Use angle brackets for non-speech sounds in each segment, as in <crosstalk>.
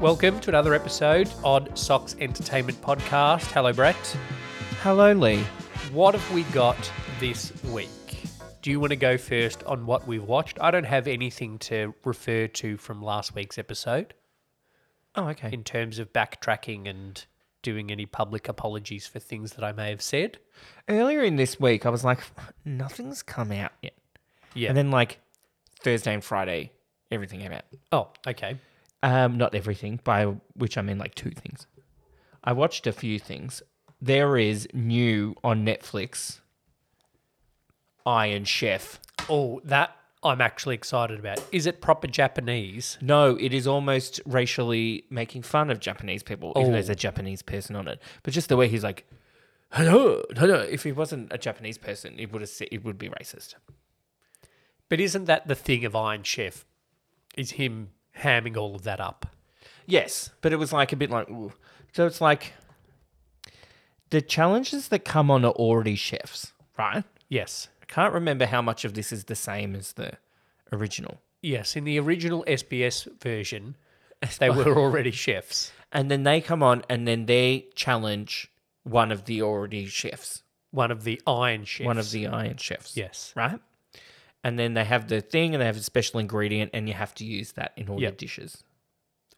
Welcome to another episode on Socks Entertainment Podcast. Hello, Brett. Hello, Lee. What have we got this week? Do you want to go first on what we've watched? I don't have anything to refer to from last week's episode Oh, okay. in terms of backtracking and doing any public apologies for things that I may have said. Earlier in this week, I was like, nothing's come out yet. Yeah. And then, like, Thursday and Friday, everything came out. oh, okay. Um, not everything, by which I mean, like, two things. I watched a few things. There is new on Netflix Iron Chef. Oh, that I'm actually excited about. Is it proper Japanese? No, it is almost racially making fun of Japanese people, even Oh. though there's a Japanese person on it. But just the way he's like, hello, hello. If he wasn't a Japanese person, it would have it would be racist. But isn't that the thing of Iron Chef? Is him hamming all of that up? Yes, but it was like a bit like, ooh. so it's like the challenges that come on are already chefs, right? Yes. I can't remember how much of this is the same as the original. Yes, in the original SBS <laughs> version, they were already chefs. And then they come on and then they challenge one of the already chefs, One of the Iron Chefs. one of the iron chefs. Yes. Right? And then they have the thing and they have a special ingredient and you have to use that in all Yep. your dishes.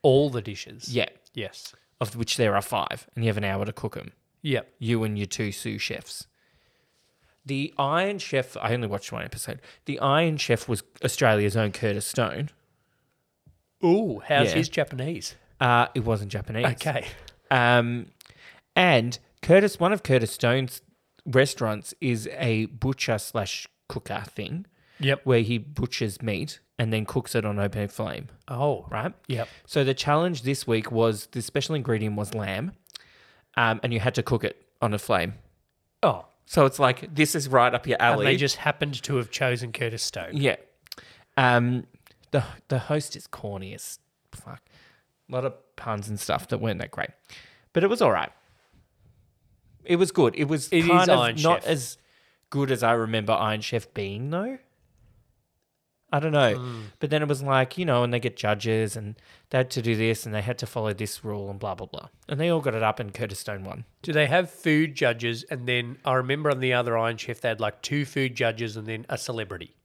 All the dishes. Yeah. Yes. Of which there are five and you have an hour to cook them. Yep. you and your two sous chefs. The Iron Chef, I only watched one episode. The Iron Chef was Australia's own Curtis Stone. Ooh, how's Yeah. his Japanese? Uh, it wasn't Japanese. Okay. Um, and Curtis, one of Curtis Stone's restaurants is a butcher slash cooker thing Yep. where he butchers meat and then cooks it on open flame, Oh, right. right? Yep. So the challenge this week was the special ingredient was lamb um, and you had to cook it on a flame. Oh, So it's like, this is right up your and alley. they just happened to have chosen Curtis Stone. Yeah. Um, the the host is corny as fuck. A lot of puns and stuff that weren't that great, but it was all right. It was good. It was It kind is of Iron not Chef. as good as I remember Iron Chef being, though. I don't know. Hmm. But then it was like, you know, and they get judges and they had to do this and they had to follow this rule and blah, blah, blah. And they all got it up and Curtis Stone won. Do they have food judges? And then I remember on the other Iron Chef, they had like two food judges and then a celebrity.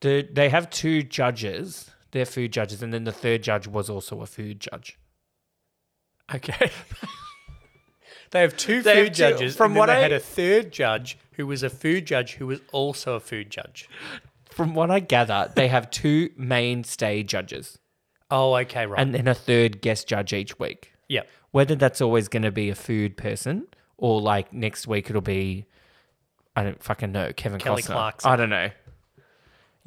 The, they have two judges, they're food judges, and then the third judge was also a food judge. <laughs> Okay. they have two They food have two- judges. from and then what they I- had a third judge who was a food judge who was also a food judge. from what I gather, they have two mainstay judges Oh, okay, right. and then a third guest judge each week. yep. Whether that's always going to be a food person or like next week it'll be, I don't fucking know, Kevin Kelly Costner. Clarkson. I don't know.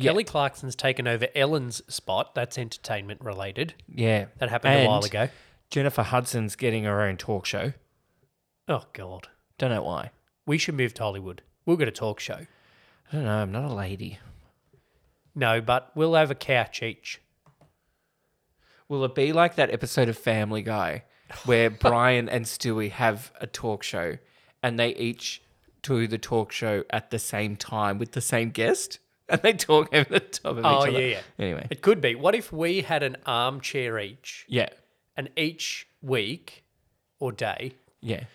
Kelly Clarkson's taken over Ellen's spot. That's entertainment related. Yeah. That happened a while And ago. Jennifer Hudson's getting her own talk show. Oh God, Don't know why. we should move to Hollywood. We'll get a talk show. I don't know. I'm not a lady. No, but we'll have a couch each. Will it be like that episode of Family Guy <laughs> where Brian and Stewie have a talk show and they each do the talk show at the same time with the same guest <laughs> and they talk over the top of Oh each yeah, other? yeah. Anyway, It could be. What if we had an armchair each, yeah, and each week or day yeah,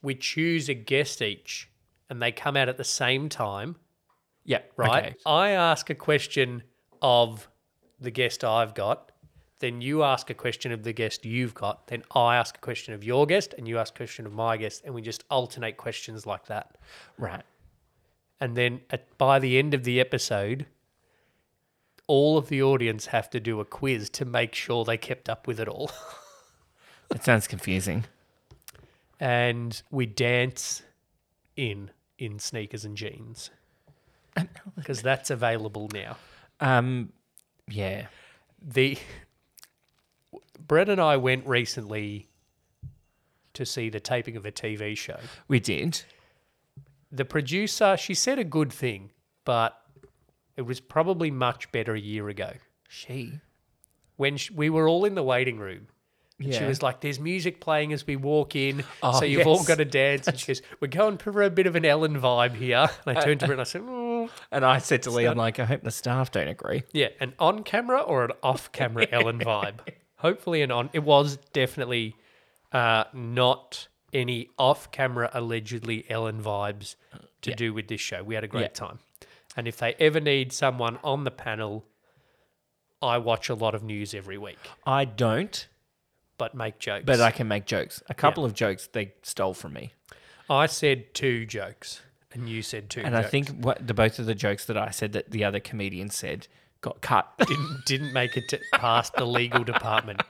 we choose a guest each, and they come out at the same time, yeah. right? Okay. I ask a question of the guest I've got. Then you ask a question of the guest you've got. Then I ask a question of your guest, and you ask a question of my guest, and we just alternate questions like that. Right. And then at, by the end of the episode, all of the audience have to do a quiz to make sure they kept up with it all. <laughs> That sounds confusing. And we dance in in sneakers and jeans because that's available now. Um, yeah. The Brett and I went recently to see the taping of a TV show. We did. The producer, she said a good thing, but it was probably much better a year ago. She. when sh we were all in the waiting room. And She Yeah. was like, "There's music playing as we walk in, Oh, so you've all yes. got to dance." And she goes, "We're going for a bit of an Ellen vibe here." And I turned to her and I said, "Mm." And I said to Lee, I'm like, I hope the staff don't agree. <laughs> "Yeah, an on camera or an off camera Ellen vibe." hopefully and on. It was definitely uh, not any off-camera allegedly Ellen vibes to do with this show. We had a great Yeah. time, and if they ever need someone on the panel, I watch a lot of news every week, I don't, but make jokes. but I can make jokes. A couple of jokes they stole from me. I said two jokes, and you said two. And I jokes. think what the both of the jokes that I said that the other comedian said got cut. didn't didn't make it to, past the legal department.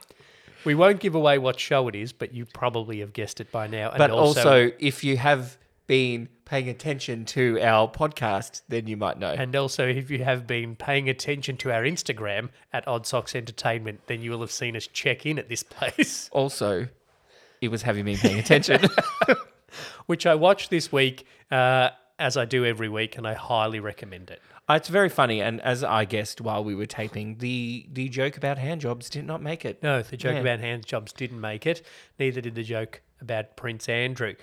We won't give away what show it is, but you probably have guessed it by now. And but also, if you have been paying attention to our podcast, then you might know. and also, if you have been paying attention to our Instagram at Odd Socks Entertainment, then you will have seen us check in at this <laughs> place, also, it was having me paying attention. which I watched this week, uh, as I do every week, and I highly recommend it. <laughs> Uh, It's very funny, and as I guessed while we were taping, the the joke about hand jobs did not make it. No, the joke Yeah. about hand jobs didn't make it. Neither did the joke about Prince <laughs> Andrew.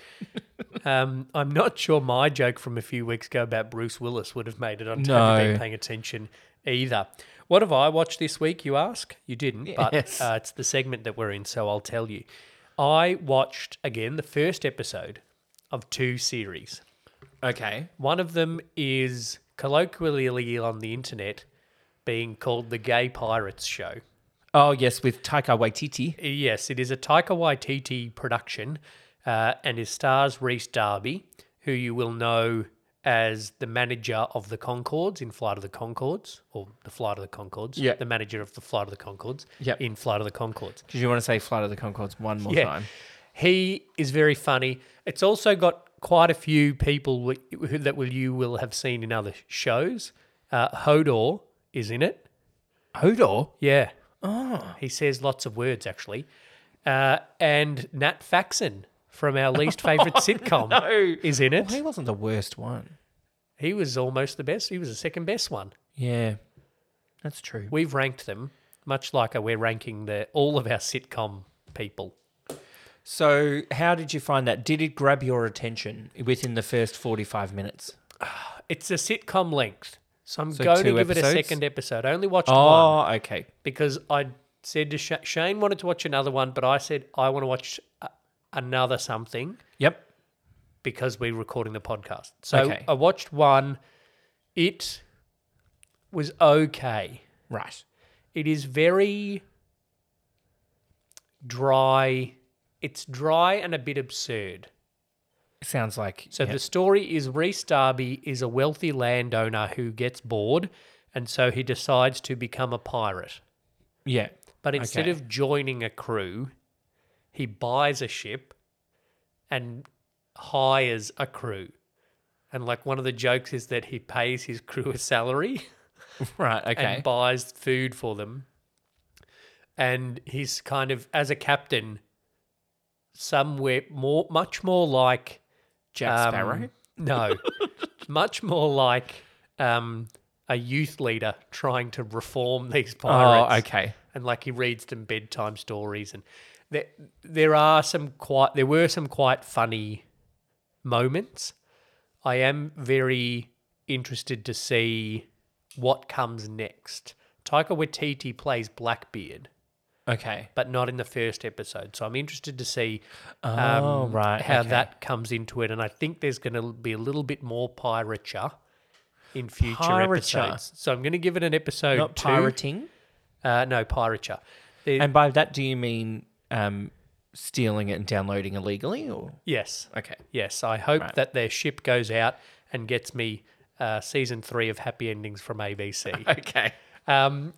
um, I'm not sure my joke from a few weeks ago about Bruce Willis would have made it on No. TV paying attention either. What have I watched this week, you ask? You didn't, Yes. but uh, it's the segment that we're in, so I'll tell you. I watched, again, the first episode of two series. Okay, One of them is colloquially on the internet being called The Gay Pirates Show. Oh yes, with Taika Waititi. Yes, it is a Taika Waititi production, uh, and it stars Reese Darby, who you will know as the manager of the Concords in Flight of the Concords, or the Flight of the Concords. Yeah. The manager of the Flight of the Concords Yep. in Flight of the Concords. Did you want to say Flight of the Concords one more time? He is very funny. It's also got quite a few people wh- who- that will you will have seen in other shows. Uh, Hodor is in it. Hodor. Yeah. Oh. He says lots of words, actually. Uh, and Nat Faxon from our least <laughs> favorite Oh, sitcom is in He it. wasn't the worst one. He was almost the best. He was the second best one. Yeah, that's true. We've ranked them, much like we're ranking the, all of our sitcom people. So, how did you find that? Did it grab your attention within the first forty-five minutes? It's a sitcom length. So I'm going to two give it a episodes? second episode. I only watched one Oh, okay. because I said to Sh- Shane wanted to watch another one, but I said I want to watch a- another something. Yep. because we're recording the podcast. So Okay. I watched one. It was okay. Right. It is very dry. It's dry and a bit absurd. Sounds like So yeah. the story is Reese Darby is a wealthy landowner who gets bored and so he decides to become a pirate. <laughs> yeah. But instead Okay. of joining a crew, he buys a ship and hires a crew. And like one of the jokes is that he pays his crew a salary Right. Okay. and buys food for them. And he's kind of as a captain somewhere more much more like Jack um, Sparrow. No. <laughs> much more like um, a youth leader trying to reform these pirates Oh, okay. and like he reads them bedtime stories and there there are some quite there were some quite funny moments. I am very interested to see what comes next. Taika Waititi plays Blackbeard, Okay. but not in the first episode. So I'm interested to see um, Oh, right, how okay. that comes into it. And I think there's going to be a little bit more pirature in future Pirature. episodes. So I'm going to give it an episode Not two. pirating. Uh, no, pirature. There- And by that, do you mean um, stealing it and downloading illegally, or Yes. okay? <laughs> Yes. I hope that their ship goes out and gets me uh, season three of Happy Endings from <laughs> ABC. Okay. um,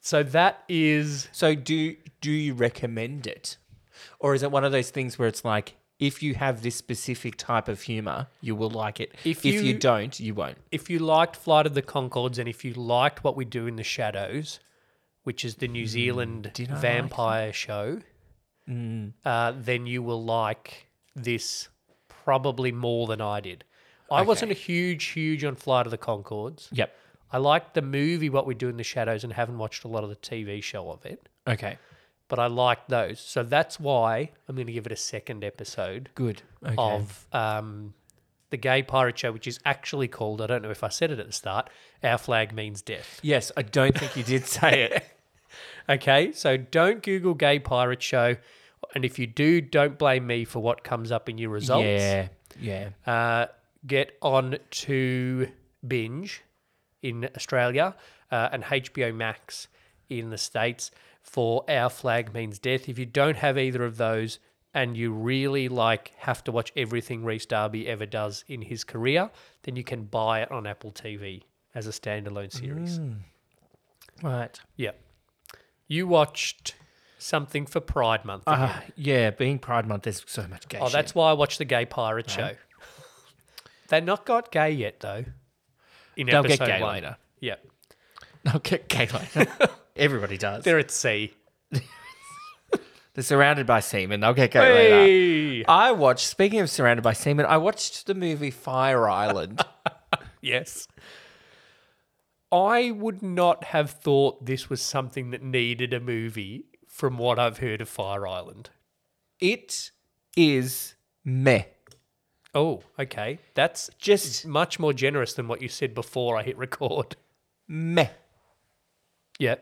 so that is. So do do you recommend it, or is it one of those things where it's like, if you have this specific type of humor, you will like it. If if you- you don't, you won't. If you liked Flight of the Concords and if you liked what we do in the shadows, which is the New Zealand Mm, I like Mm. vampire show, uh, then you will like this probably more than I did. I wasn't a huge, huge on Flight of the Concords. Yep. I liked the movie What We Do in the Shadows and haven't watched a lot of the TV show of it. Okay. but I like those. So that's why I'm going to give it a second episode Good. Okay. of um, the Gay Pirate Show, which is actually called, I don't know if I said it at the start, Our Flag Means Death. Yes, I don't think you did say it. Okay, so don't Google gay pirate show. And if you do, don't blame me for what comes up in your results. <laughs> Yeah, yeah. Uh, get on to Binge in Australia uh, and HBO Max in the States for Our Flag Means Death. If you don't have either of those and you really like have to watch everything Reese Darby ever does in his career, then you can buy it on Apple TV as a standalone series. Mm. Right. Yeah. You watched something for Pride Month. didn't you? Uh, yeah, being Pride Month, there's so much gay oh, that's why I watched the Gay Pirate Show. <laughs> They're not got gay yet, though. In They'll get episode gay one. later. <laughs> Yeah. No, get gay <laughs> later. Everybody does. They're, They're at sea. surrounded by semen. They'll get gay later. Hey! I watched, speaking of surrounded by semen, I watched the movie <laughs> Fire Island. Yes. I would not have thought this was something that needed a movie from what I've heard of Fire Island. it is meh. Oh, okay. That's Just much more generous than what you said before I hit record. <laughs> meh. Yeah.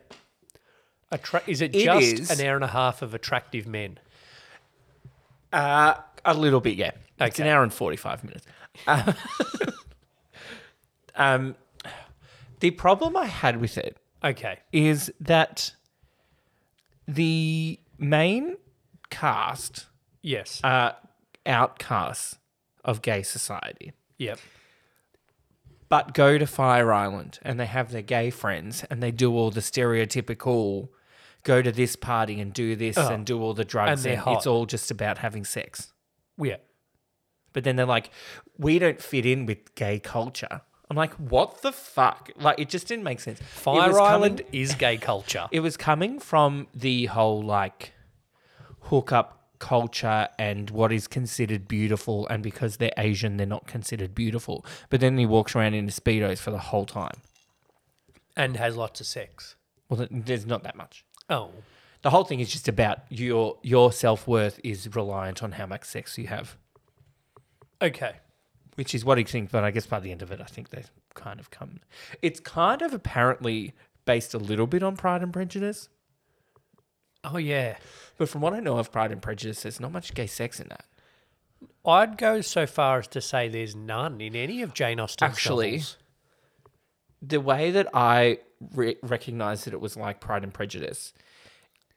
Attra- is it It just is- an hour and a half of attractive men? Uh, a little bit, yeah. It's an Okay. hour and 45 minutes. Uh, <laughs> um, the problem I had with it Okay. is that the main cast Yes. are outcasts of gay society, yep. but go to Fire Island and they have their gay friends and they do all the stereotypical go to this party and do this and do all the drugs they're and, hot. it's all just about having sex. Yeah. But then they're like, we don't fit in with gay culture. I'm like, what the fuck? Like, it just didn't make sense. It Fire was Island coming- is gay culture. it was coming from the whole like hookup culture and what is considered beautiful, and because they're Asian, they're not considered beautiful. But then he walks around in speedos for the whole time. and has lots of sex. Well, th- there's not that much. Oh. The whole thing is just about your your self worth is reliant on how much sex you have, Okay. which is what he thinks. But I guess by the end of it, I think they kind of come. It's kind of apparently based a little bit on Pride and Prejudice, Oh yeah. but from what I know of Pride and Prejudice, there's not much gay sex in that. I'd go so far as to say there's none in any of Jane Austen's Actually- novels. the way that I re- recognized that it was like Pride and Prejudice,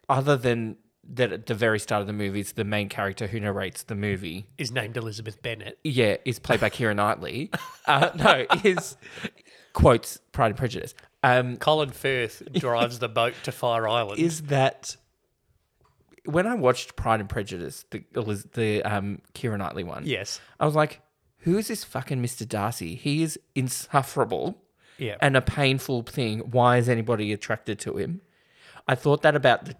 other than that at the very start of the movie, it's the main character who narrates the movie. is named Elizabeth Bennet. Yeah, is played by Keira Knightley. Uh, no, is quotes Pride and Prejudice. Um, Colin <laughs> Firth drives the boat to Fire Island. is that when I watched Pride and Prejudice, the Eliz- the um, Keira Knightley one? yes. I was like, who is this fucking Mr. Darcy? He is insufferable. Yeah. and a painful thing. Why is anybody attracted to him? I thought that about the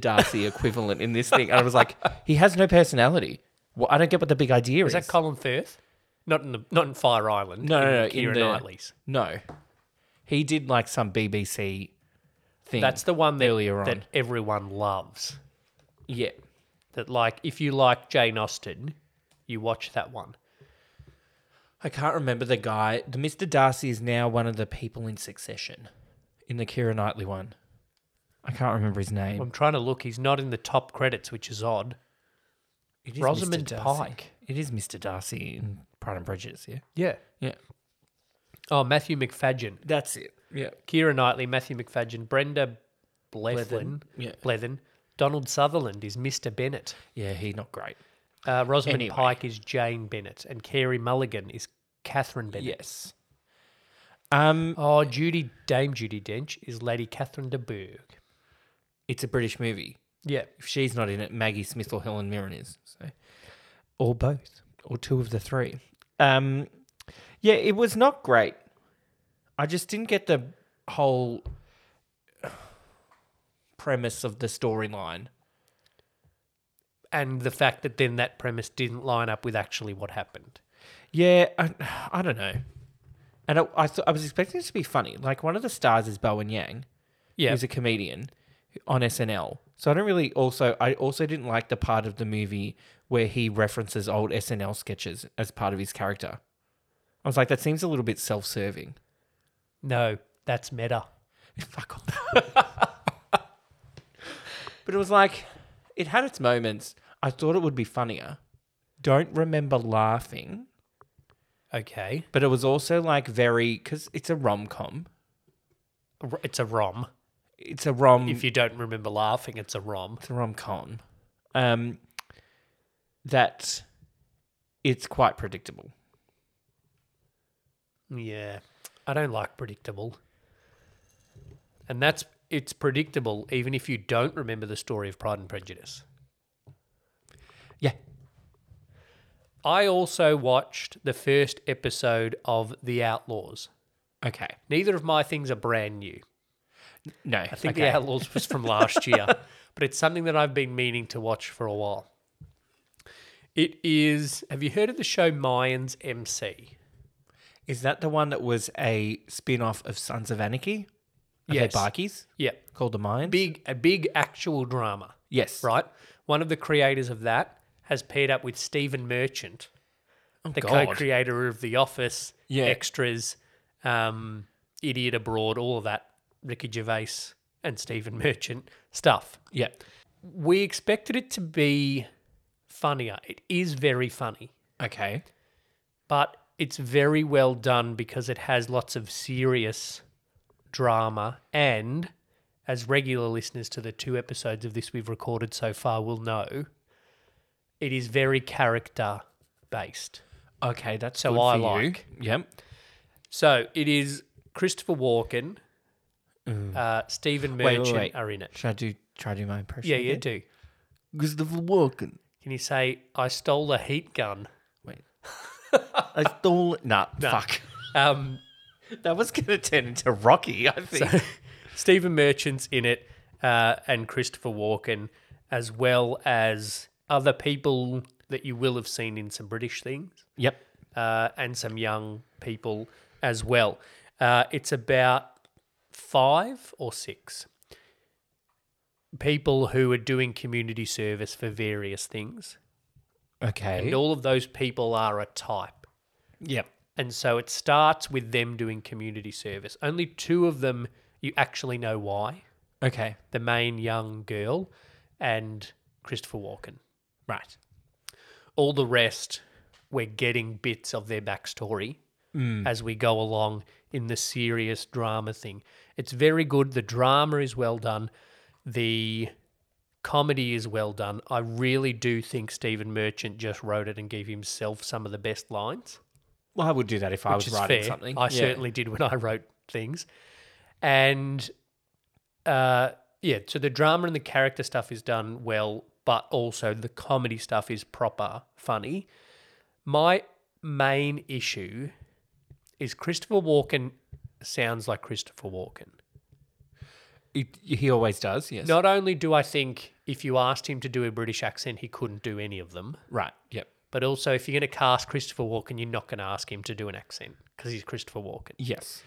<laughs> Darcy equivalent in this thing. And I was like, he has no personality. Well, I don't get what the big idea is. is that Colin Firth? Not in the not in Fire Island. no, no, no. in Keira in the- Knightley's. No. He did like some BBC thing. That's the one that, earlier on. that everyone loves. yeah. That like if you like Jane Austen, you watch that one. I can't remember the guy. The Mr. Darcy is now one of the people in succession in the Kira Knightley one. I can't remember his name. I'm trying to look. He's not in the top credits, which is odd. It is Mr. Rosamund Darcy. Pike. It is Mr. Darcy in Pride and Prejudice, yeah? Yeah. Yeah. Oh, Matthew McFadgen. That's it. Yeah. Kira Knightley, Matthew McFadgen, Brenda Blethyn, Blethyn, yeah. Blethyn, Donald Sutherland is Mr. Bennett. Yeah, he not great. Uh, Rosamund Anyway. Pike is Jane Bennett, and Carey Mulligan is Catherine Bennett. Yes. Um, Oh, Judy Dame Judy Dench is Lady Catherine de Bourgh. it's a British movie. Yeah, If she's not in it, Maggie Smith or Helen Mirren is. So, or both, or two of the three. Um, yeah, it was not great. I just didn't get the whole premise of the storyline. and the fact that then that premise didn't line up with actually what happened. Yeah, I, I don't know. And I, I, thought, I was expecting it to be funny. Like one of the stars is Bowen Yang. Yeah, who's a comedian on SNL. So I don't really also I also didn't like the part of the movie where he references old SNL sketches as part of his character. I was like, that seems a little bit <laughs> self-serving. no, that's meta. Fuck off. <laughs> But it was like, it had its moments. I thought it would be funnier. Don't remember laughing, Okay. but it was also like very because it's a rom com. A r- It's a rom. It's a rom. If you don't remember laughing, it's a rom. it's a rom com. Um, that it's quite predictable. Yeah. I don't like predictable. And that's it's predictable even if you don't remember the story of Pride and Prejudice. Yeah, I also watched the first episode of The Outlaws. Okay. Neither of my things are brand new. No. I think okay. The Outlaws was from last year, but it's something that I've been meaning to watch for a while. It is. Have you heard of the show Mayans MC? Is that the one that was a spin off of Sons of Anarchy? Of Yes. Their bikies Yeah, called the Mayans? big a big actual drama, yes. right? One of the creators of that has paired up with Stephen Merchant, Oh, the God. co-creator of The Office, Yeah. Extras, um, Idiot Abroad, all of that, Ricky Gervais and Stephen Merchant stuff. yeah. We expected it to be funnier. It is very funny. Okay. but it's very well done because it has lots of serious drama and as regular listeners to the two episodes of this we've recorded so far will know it is very character based Okay, that's So good I for you. like. Yep. so it is christopher walken uh, stephen Mm. Wait, wait, merchant wait. are in it Should I do try to do my impression? yeah you do Christopher Walken. can you say i stole a heat gun Wait. I stole Nah, fuck. <laughs> um, That was gonna turn into Rocky, I think. <laughs> Stephen Merchant's in it, uh, and Christopher Walken, as well as other people that you will have seen in some British things, yep. uh, and some young people as well. Uh, it's about five or six people who are doing community service for various things, and Okay. all of those people are a type. Yep. And so it starts with them doing community service. Only two of them you actually know why. Okay. the main young girl, and Christopher Walken. Right. All the rest, we're getting bits of their backstory as we go along in the serious drama thing. It's very good. The drama is well done. The comedy is well done. I really do think Stephen Merchant just wrote it and gave himself some of the best lines Well, I would do that if I was which is writing fair. something. I Yeah. certainly did when I wrote things. And uh, yeah, so the drama and the character stuff is done well, but also the comedy stuff is proper funny. My main issue is Christopher Walken sounds like Christopher Walken. It- he always does, yes. Not only do I think if you asked him to do a British accent, he couldn't do any of them, Right. Yep. but also if you're going to cast Christopher Walken, you're not going to ask him to do an accent because he's Christopher Walken. Yes.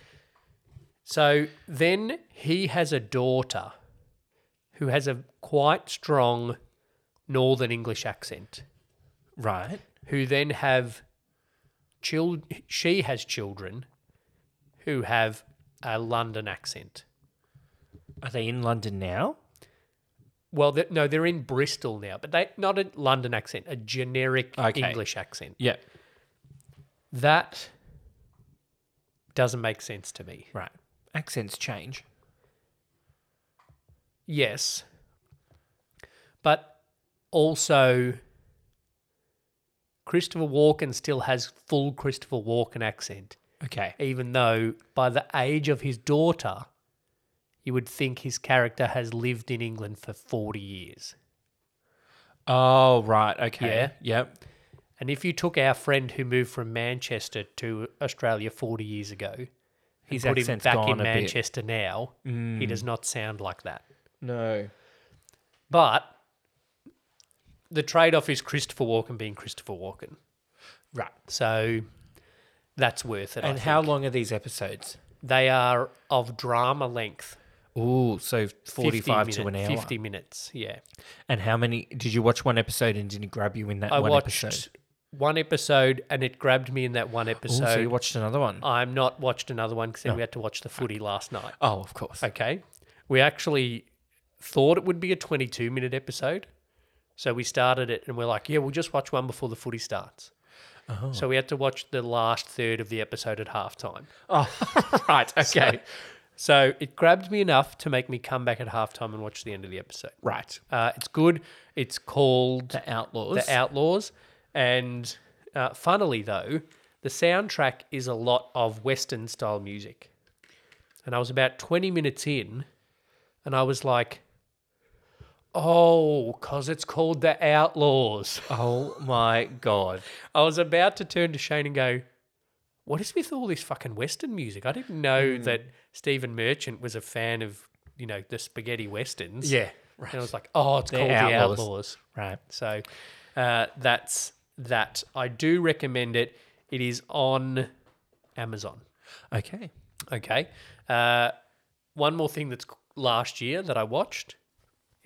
So then he has a daughter who has a quite strong Northern English accent, Right. who then have child she has children who have a London accent. Are they in London now? Well, they no, they're in Bristol now, but they not a London accent, a generic Okay. English accent. Yeah. That doesn't make sense to me. Right. Accents change. Yes. But also, Christopher Walken still has full Christopher Walken accent, Okay. even though by the age of his daughter, you would think his character has lived in England for 40 years. Oh, right. Okay. Yeah. Yep. And if you took our friend who moved from Manchester to Australia 40 years ago, His put him accent's back gone in a bit. Mm. Manchester now, he does not sound like that. No. But the trade off is Christopher Walken being Christopher Walken. Right. So that's worth it. And how long are these episodes? they are of drama length. Ooh, so 50 45 to an minutes- hour. 50 minutes, yeah. And how many? Did you watch one episode and did it grab you in that I one watched episode? one episode and it grabbed me in that one episode. Ooh, so you watched another one? I'm not watched another one because we had to watch the footy last night. oh, of course. Okay. We actually thought it would be a 22 minute episode. So we started it and we're like, yeah, we'll just watch one before the footy starts. So we had to watch the last third of the episode at halftime. <laughs> Oh, right. Okay. So it grabbed me enough to make me come back at halftime and watch the end of the episode. right. Uh, it's good. It's called The Outlaws. The Outlaws. And uh, funnily, though, the soundtrack is a lot of Western style music. And I was about 20 minutes in, and I was like, oh, because it's called The Outlaws. <laughs> oh my god. I was about to turn to Shane and go, what is with all this fucking Western music? I didn't Hmm. know that Stephen Merchant was a fan of, you know, the spaghetti Westerns. Yeah. Right. And I was like, oh, it's called Outlaws. The Outlaws. Right. So uh, that's that. I do recommend it. It is on Amazon. Okay. Okay. Uh, one more thing that's c- last year that I watched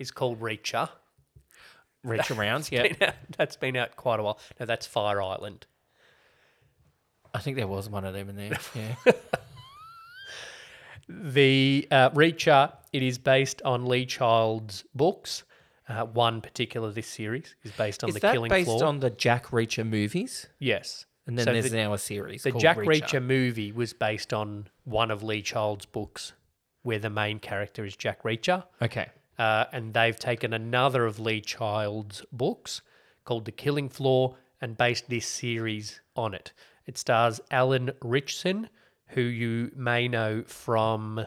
is called Reacher. Reach <laughs> around. Yeah. Been out- <laughs> that's been out quite a while. No, that's Fire Island. I think there was one of them in <laughs> there. Yeah. The uh, Reacher, it is based on Lee Child's books. Uh, one particular, this series is based on Is the that Killing based Floor. on the Jack Reacher movies? yes, And then So there's the, now a series. the called Jack Reacher. movie was based on one of Lee Child's books, where the main character is Jack Reacher, Okay. uh, and they've taken another of Lee Child's books called The Killing Floor and based this series on it. It stars Alan Richson, who you may know from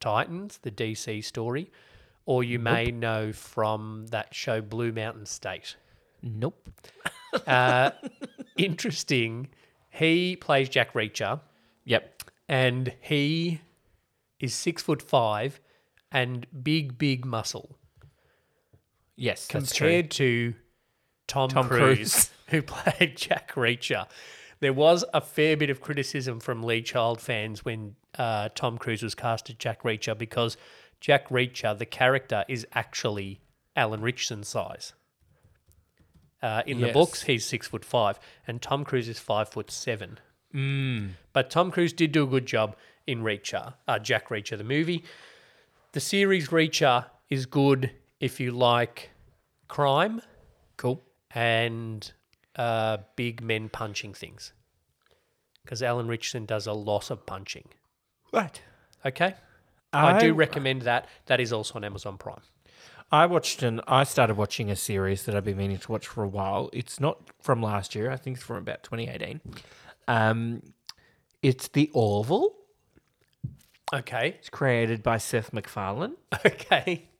Titans, the DC story, or you may know from that show Blue Mountain State Nope. uh, interesting. He plays Jack Reacher, Yep. and he is six foot five and big, big muscle Yes. That's true. compared to Tom, Tom Cruise, Cruise. <laughs> who played Jack Reacher. There was a fair bit of criticism from Lee Child fans when uh, Tom Cruise was cast as Jack Reacher because Jack Reacher, the character, is actually Alan Richson's size. Uh, in the Yes. books, he's six foot five, and Tom Cruise is five foot seven. Mm. But Tom Cruise did do a good job in Reacher, uh, Jack Reacher, the movie. The series Reacher is good if you like crime Cool. and uh, big men punching things. Because Alan Richardson does a lot of punching. Right. Okay? I, I- do recommend that. That is also on Amazon Prime. I watched an. I started watching a series that I've been meaning to watch for a while. It's not from last year. I think it's from about 2018. Um, it's The Orville. Okay. <laughs> It's created by Seth MacFarlane. Okay.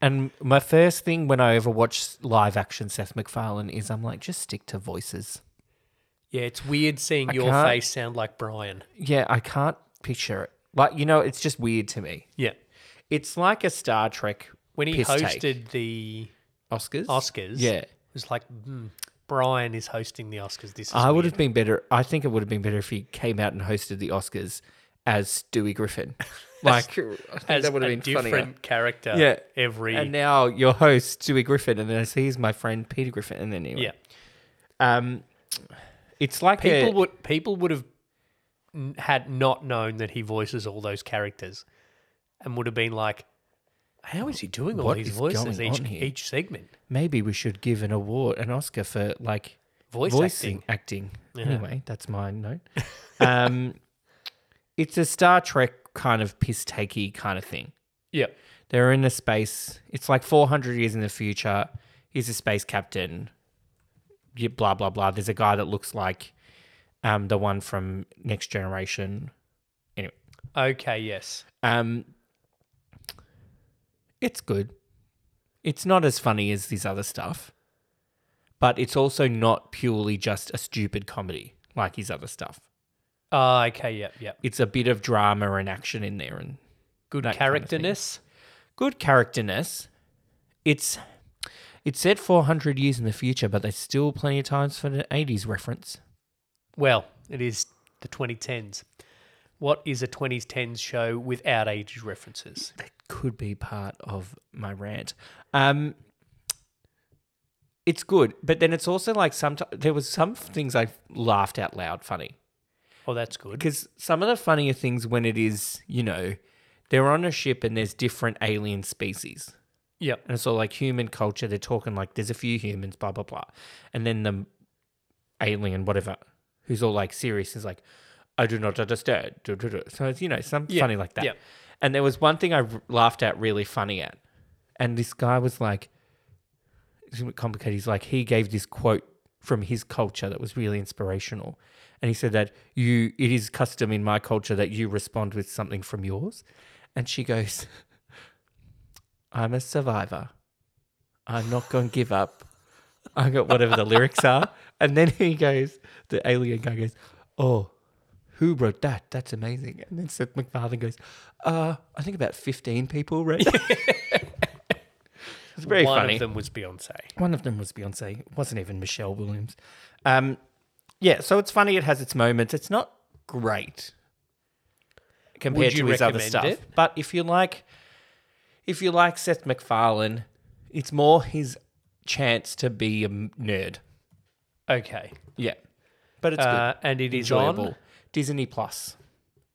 And my first thing when I ever watch live action Seth MacFarlane is I'm like, just stick to voices. Yeah, it's weird seeing your can't- face sound like Brian. Yeah, I can't picture it. Like, you know, it's just weird to me. Yeah. It's like a Star Trek When he piss hosted take. the Oscars. Oscars, Yeah. it was like, "Hmm, Brian is hosting the Oscars. This is I would have been better. I think it would have been better if he came out and hosted the Oscars as Stewie <laughs> Griffin. Like, I think as that would have a been different funnier. character Yeah. every. And now your host, Stewie Griffin, and then he's my friend Peter Griffin. And then anyway. yeah. Um, it's like a- People would people would have n- had not known that he voices all those characters, and would have been like, "How is he doing all What these is voices going each on here?" each segment? maybe we should give an award, an Oscar for like Voice voicing acting. Anyway, that's my note. um, it's a Star Trek kind of piss takey kind of thing. Yeah, They're in a space. It's like 400 years in the future. He's a space captain. Yeah, blah blah blah. There's a guy that looks like um, the one from Next Generation. Anyway, Okay. Yes. um, it's good. It's not as funny as these other stuff, but it's also not purely just a stupid comedy like his other stuff. Uh, okay. Yeah. Yeah. It's a bit of drama and action in there and Good That kind of thing. characterness. good characterness. It's it's set 400 years in the future, but there's still plenty of times for an 80s reference. well, it is the 2010s. What is a 2010s show without age references? That could be part of my rant. Um, it's good, but then it's also like some there was some things I laughed out loud funny. Oh, that's good. because some of the funnier things when it is, you know, they're on a ship and there's different alien species. Yep. and it's all like human culture. They're talking like there's a few humans, blah blah blah, and then the alien, whatever, who's all like serious, is like, I do not understand. duh, duh, duh." So it's you know some Yeah, funny like that. yeah. And there was one thing I r- laughed at really funny at, and this guy was like, it's a bit complicated. He's like he gave this quote from his culture that was really inspirational. And he said that you it is custom in my culture that you respond with something from yours. And she goes, <laughs> I'm a survivor. I'm not going to give up. I got whatever the lyrics are. And then he goes, the alien guy goes, Oh, who wrote that? That's amazing. And then Seth MacFarlane goes, uh, I think about 15 people wrote that. <laughs> it's very One funny. of them was Beyonce. One of them was Beyonce. It wasn't even Michelle Williams. Um, yeah, so it's funny. It has its moments. It's not great compared you to his other recommend stuff. it? But if you like, if you like Seth MacFarlane, it's more his chance to be a m- nerd. Okay. Yeah, but it's good. Uh, and it is enjoyable. on Disney Plus.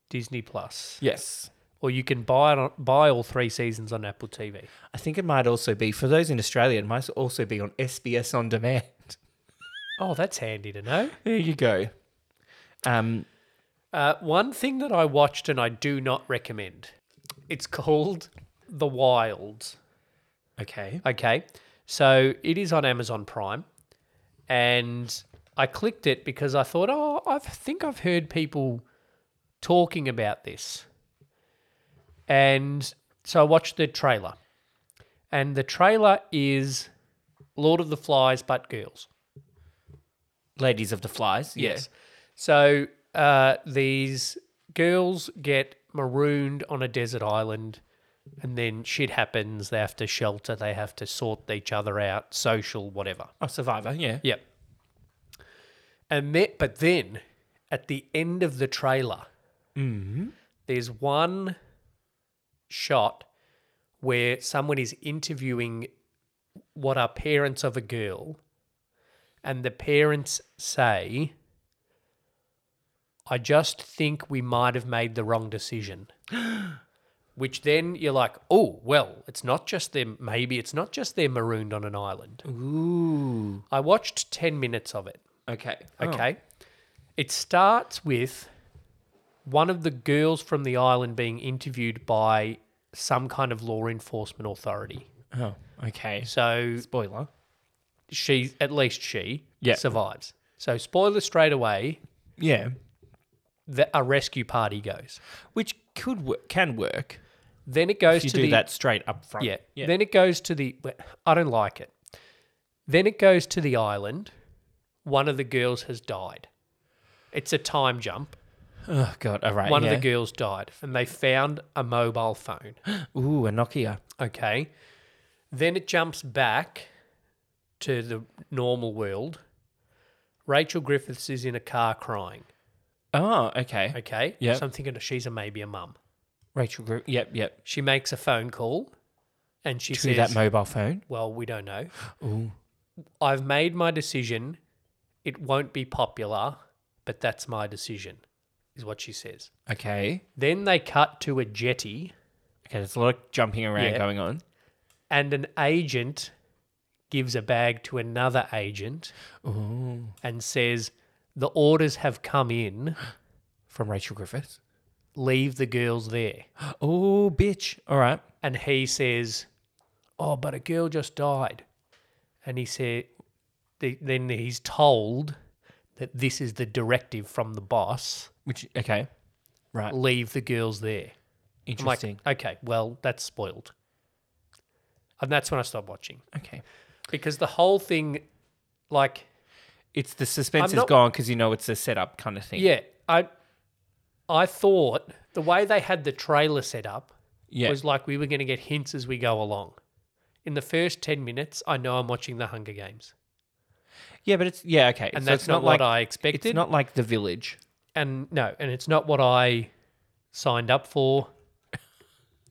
Disney Plus, Yes, or you can buy it on, buy all three seasons on Apple TV. I think it might also be for those in Australia. It might also be on SBS on demand. <laughs> Oh, that's handy to know. There you go. Um, Uh, one thing that I watched and I do not recommend. It's called The Wilds. okay. Okay. So it is on Amazon Prime. And I clicked it because I thought, oh, I think I've heard people talking about this. And so I watched the trailer. And the trailer is Lord of the Flies, but girls. Ladies of the Flies. Yes. So uh, these girls get marooned on a desert island, and then shit happens. They have to shelter. They have to sort each other out, social, whatever. Oh, Survivor. Yeah. Yep. And that, but then at the end of the trailer, there's one shot where someone is interviewing what are parents of a girl, and the parents say, I just think we might have made the wrong decision. Which then you're like, oh, well, it's not just them. Maybe it's not just they're marooned on an island. Ooh. I watched 10 minutes of it. Okay. Okay. It starts with one of the girls from the island being interviewed by some kind of law enforcement authority. Oh. Okay. So Spoiler. she, at least she, Yeah. survives. So, spoiler straight away, Yeah. the, a rescue party goes. Which could work, can work. Then it goes If you to do the that straight up front. Yeah. Yeah. Then it goes to the. but I don't like it. Then it goes to the island. One of the girls has died. It's a time jump. oh god. All right. One yeah. of the girls died, and they found a mobile phone. <gasps> Ooh, a Nokia. Okay. Then it jumps back to the normal world. Rachel Griffiths is in a car crying. Oh. Okay. Okay. Yep. So I'm thinking oh, she's a maybe a mum. Rachel Group. Yep. Yep. She makes a phone call and she To says, that mobile phone. Well, we don't know. <gasps> Ooh. I've made my decision. It won't be popular, but that's my decision, is what she says. Okay. Then they cut to a jetty Okay. There's a lot of jumping around Yeah. going on. and an agent gives a bag to another agent Ooh. and says, The orders have come in, From Rachel Griffiths. <gasps> leave the girls there. Oh, bitch. All right. And he says, Oh, but a girl just died. And he said, the, Then he's told that this is the directive from the boss Which okay. Right. leave the girls there. I'm like, Interesting. okay, well, that's spoiled. And that's when I stopped watching okay. because the whole thing, like, It's the suspense I'm is not- gone because you know it's a setup kind of thing. yeah, I, I thought the way they had the trailer set up Yeah. was like we were going to get hints as we go along. In the first ten minutes, I know I'm watching The Hunger Games, Yeah, but it's yeah okay. and So that's it's not, like what I it's expected. not like the village. and no, and it's not what I signed up <laughs> for.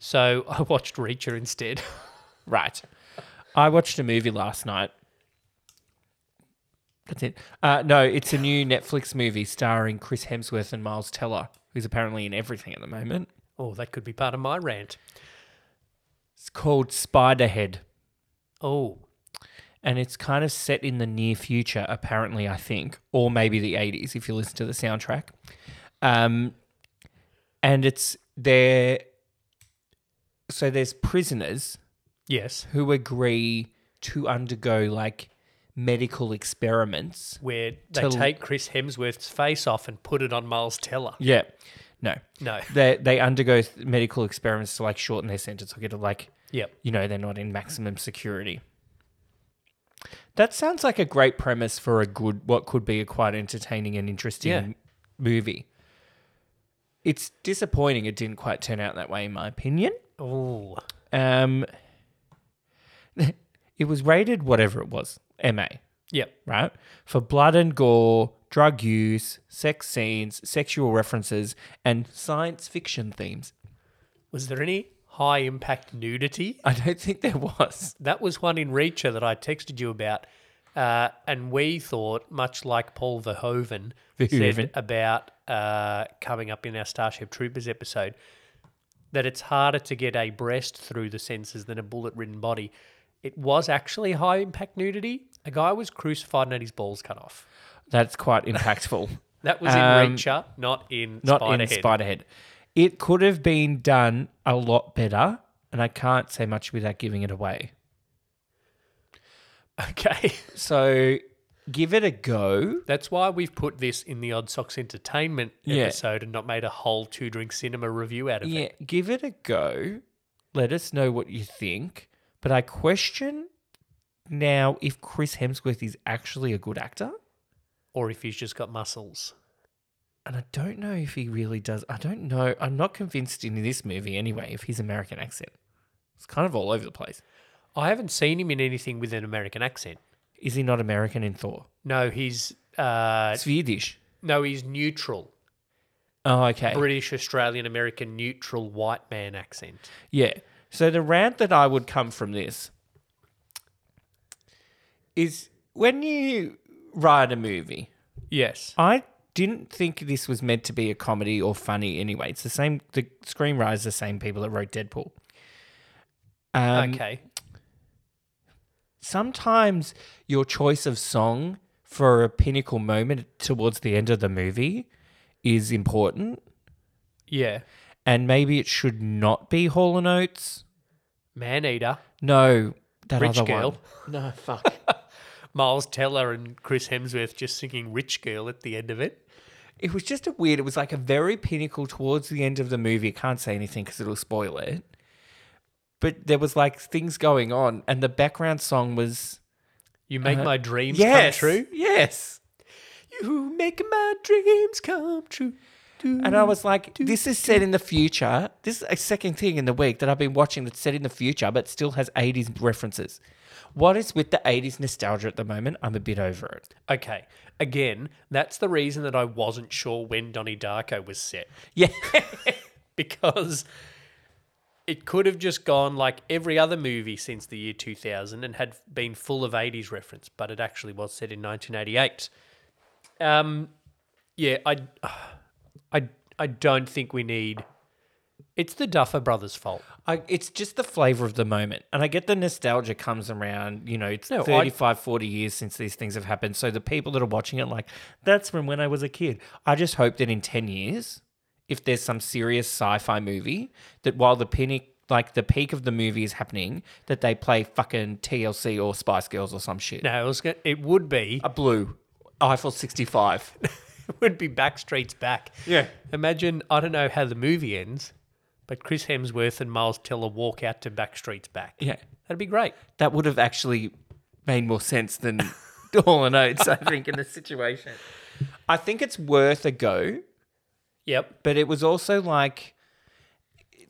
So I watched Reacher instead. <laughs> Right. I watched a movie last night. That's it. Uh, no, it's a new Netflix movie starring Chris Hemsworth and Miles Teller, who's apparently in everything at the moment. oh, that could be part of my rant. It's called Spiderhead. Oh, and it's kind of set in the near future, apparently, I think, or maybe the 80s if you listen to the soundtrack. Um, and it's there. So there's prisoners yes. who agree to undergo like medical experiments. Where they Till- take Chris Hemsworth's face off and put it on Miles Teller. Yeah. No. No. They, they undergo th- medical experiments to like shorten their sentence or get to like, Yep. you know, they're not in maximum security. That sounds like a great premise for a good, what could be a quite entertaining and interesting Yeah. movie. It's disappointing it didn't quite turn out that way, in my opinion. Oh, Um, <laughs> it was rated whatever it was, MA, yep. right? For blood and gore, drug use, sex scenes, sexual references, and science fiction themes. Was there any high impact nudity? I don't think there was. That was one in Reacher that I texted you about. Uh, and we thought, much like Paul Verhoeven <laughs> Verhoeven. said about uh, coming up in our Starship Troopers episode, that it's harder to get a breast through the senses than a bullet ridden body. It was actually high impact nudity. A guy was crucified and had his balls cut off. That's quite impactful. That was in Um, Reacher, not in Not Spiderhead. in Spiderhead. It could have been done a lot better, and I can't say much without giving it away. <laughs> okay. So give it a go. That's why we've put this in the Odd Socks Entertainment Yeah. episode and not made a whole Two Drink Cinema review out of it. Yeah, give it a go. Let us know what you think. But I question now if Chris Hemsworth is actually a good actor. Or if he's just got muscles. And I don't know if he really does. I don't know. I'm not convinced in this movie anyway if his American accent. It's kind of all over the place. I haven't seen him in anything with an American accent. Is he not American in Thor? No, he's uh, Swedish. no, he's neutral. Oh, okay. British, Australian, American, neutral white man accent. Yeah. So the rant that I would come from this is when you write a movie, Yes. I didn't think this was meant to be a comedy or funny anyway. It's the same, the screenwriter's the same people that wrote Deadpool. Um, okay. Sometimes your choice of song for a pinnacle moment towards the end of the movie is important, Yeah. and maybe it should not be Hall and Oates. Man Eater, No, that Rich other Girl. one. <laughs> No, fuck. <laughs> Miles Teller and Chris Hemsworth just singing Rich Girl at the end of it. It was just a weird. It was like a very pinnacle towards the end of the movie. I can't say anything because it'll spoil it. But there was like things going on, and the background song was You make my dreams Uh-huh. yes, come true. yes. You make my dreams come true. Do- And I was like, this is set in the future. This is a second thing in the week that I've been watching that's set in the future, but still has eighties references. What is with the eighties nostalgia at the moment? I'm a bit over it. Okay. Again, that's the reason that I wasn't sure when Donnie Darko was set <laughs> Yeah, because it could have just gone like every other movie since the year 2000 and had been full of 80s reference, but it actually was set in 1988. Um, yeah, I, I, I don't think we need. It's the Duffer Brothers' fault. I, it's just the flavor of the moment. And I get the nostalgia comes around, you know, it's No, I- 35, 40 years since these things have happened. So the people that are watching it, like, that's from when I was a kid. I just hope that in 10 years, if there's some serious sci fi movie, that while the pinnacle, like the peak of the movie is happening, that they play fucking TLC or Spice Girls or some shit. No, it, was, go- it would be A blue Eiffel 65. it <laughs> would be Backstreet's back. Yeah. Imagine I don't know how the movie ends, but Chris Hemsworth and Miles Teller walk out to Backstreet's back. yeah. <laughs> That'd be great. That would have actually made more sense <laughs> than Hall and Oates, I think, in this situation. I think it's worth a go, Yep. but it was also like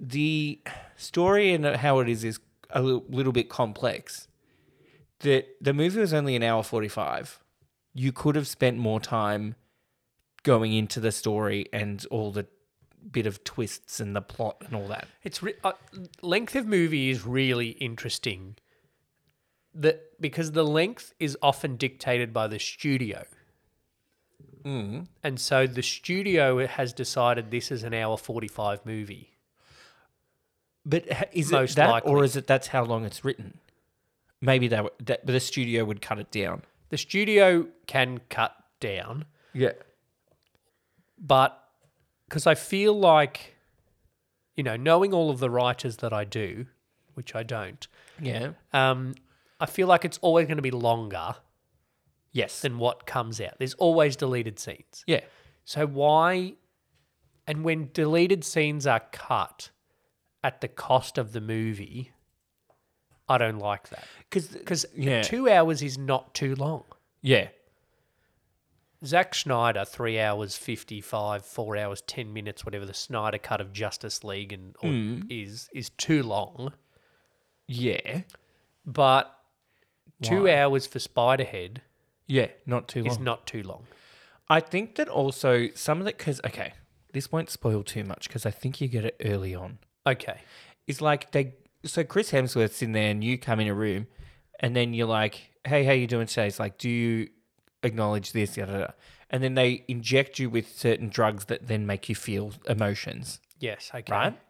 the story and how it is is a little, little bit complex. That the movie was only an hour 45. You could have spent more time going into the story and all the bit of twists and the plot and all that. It's re- uh, length of movie is really interesting. The because the length is often dictated by the studio. Mm-hmm. And so the studio has decided this is an hour 45 movie. But h- is Most it that, likely. or is it that's how long it's written? Maybe they were, that, but the studio would cut it down. The studio can cut down, Yeah. but because I feel like, you know, knowing all of the writers that I do, which I don't, Yeah. um, I feel like it's always going to be longer Yes. than what comes out. There's always deleted scenes. yeah. So why and when deleted scenes are cut at the cost of the movie, I don't like that. Because Because Yeah. two hours is not too long. yeah. Zack Snyder, three hours fifty five, four hours ten minutes, whatever the Snyder cut of Justice League and or is is too long. Yeah. But two hours for Spiderhead Yeah. Not too long. is not too long. I think that also some of the because okay, this won't spoil too much because I think you get it early on. Okay. It's like they so Chris Hemsworth's in there and you come in a room, and then you're like, "Hey, how you doing today?" It's like, "Do you acknowledge this?" Da, da, da. And then they inject you with certain drugs that then make you feel emotions. Yes, okay. Right?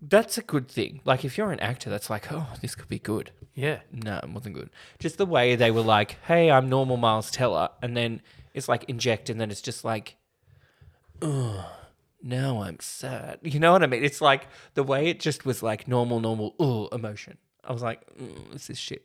That's a good thing. Like if you're an actor, that's like, "Oh, this could be good." Yeah. No, it wasn't good. Just the way they were like, "Hey, I'm normal Miles Teller," and then it's like inject, and then it's just like, "Oh, now I'm sad." You know what I mean? It's like the way it just was like normal, normal, oh, emotion. I was like, mm, "This is shit."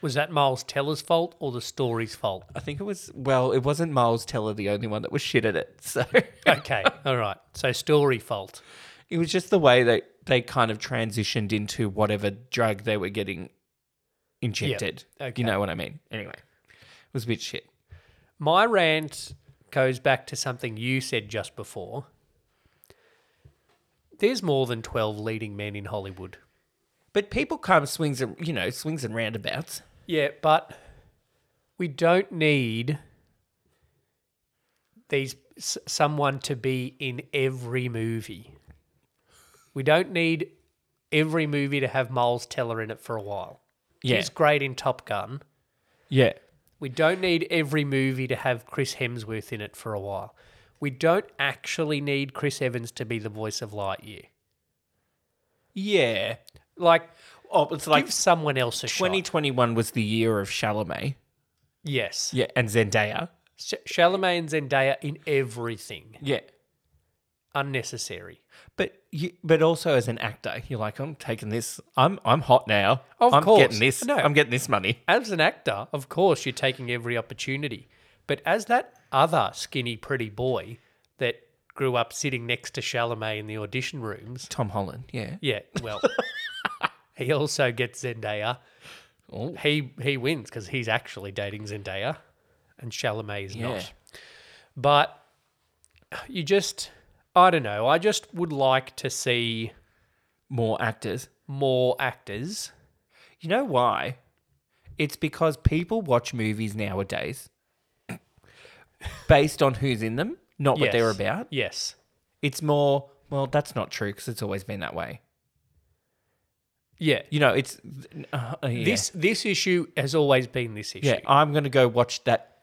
Was that Miles Teller's fault or the story's fault? <laughs> I think it was well, it wasn't Miles Teller the only one that was shit at it. <laughs> So Okay, all right. So story fault. it was just the way they they kind of transitioned into whatever drug they were getting injected. Okay. You know what I mean? Anyway, it was a bit shit. My rant goes back to something you said just before. There's more than 12 leading men in Hollywood. But people come swings and you know swings and roundabouts. Yeah, but we don't need these s- someone to be in every movie. We don't need every movie to have Miles Teller in it for a while. Yeah, He's great in Top Gun. yeah, We don't need every movie to have Chris Hemsworth in it for a while. We don't actually need Chris Evans to be the voice of Lightyear. yeah. Like, Oh, it's like give someone else a twenty shot. twenty one was the year of Chalamet. Yes. Yeah, and Zendaya. Sh- Chalamet and Zendaya in everything. Yeah, Unnecessary. but you, but also as an actor, you're like, I'm taking this. I'm I'm hot now. Of I'm course. getting this. No. I'm getting this money. As an actor, of course, you're taking every opportunity. But as that other skinny, pretty boy that grew up sitting next to Chalamet in the audition rooms, Tom Holland. Yeah. yeah, <laughs> well, he also gets Zendaya. Oh. he he wins because he's actually dating Zendaya, and Chalamet is Yeah. not. But you just, I don't know. I just would like to see More actors. more actors. You know why? It's because people watch movies nowadays <coughs> based on who's in them, not what they're Yes. about. Yes, It's more, well, that's not true because it's always been that way. yeah. You know, it's uh, yeah. This this issue has always been this issue. Yeah, I'm gonna go watch that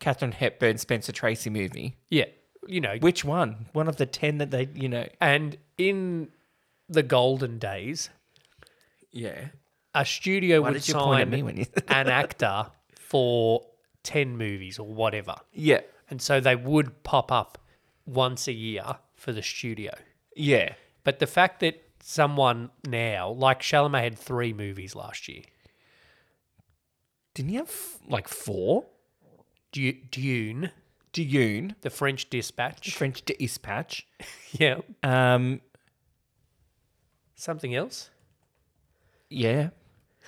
Catherine Hepburn Spencer Tracy movie. yeah. You know, Which one? One of the ten that they, you know. and in the golden days, Yeah. a studio Why would did you point at sign me when <laughs> you? an actor <laughs> for ten movies or whatever, yeah. and so they would pop up once a year for the studio. Yeah. But the fact that someone now, like Chalamet, had three movies last year. Didn't you have f- like four? Du- Dune, Dune, The French <laughs> Dispatch. French Dispatch. Yeah. Um. Something else? Yeah.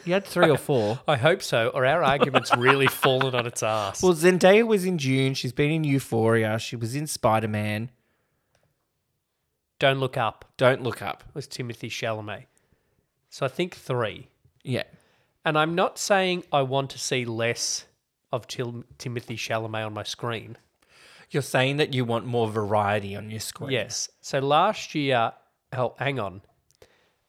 You had three <laughs> or four. I hope so, or our argument's <laughs> really fallen on its ass. Well, Zendaya was in June. She's been in Euphoria. She was in Spider Man. Don't Look Up Don't look up. was Timothy Chalamet. So I think three. Yeah. And I'm not saying I want to see less of Til- Timothy Chalamet on my screen. You're saying that you want more variety on your screen. Yes. So last year, oh, hang on.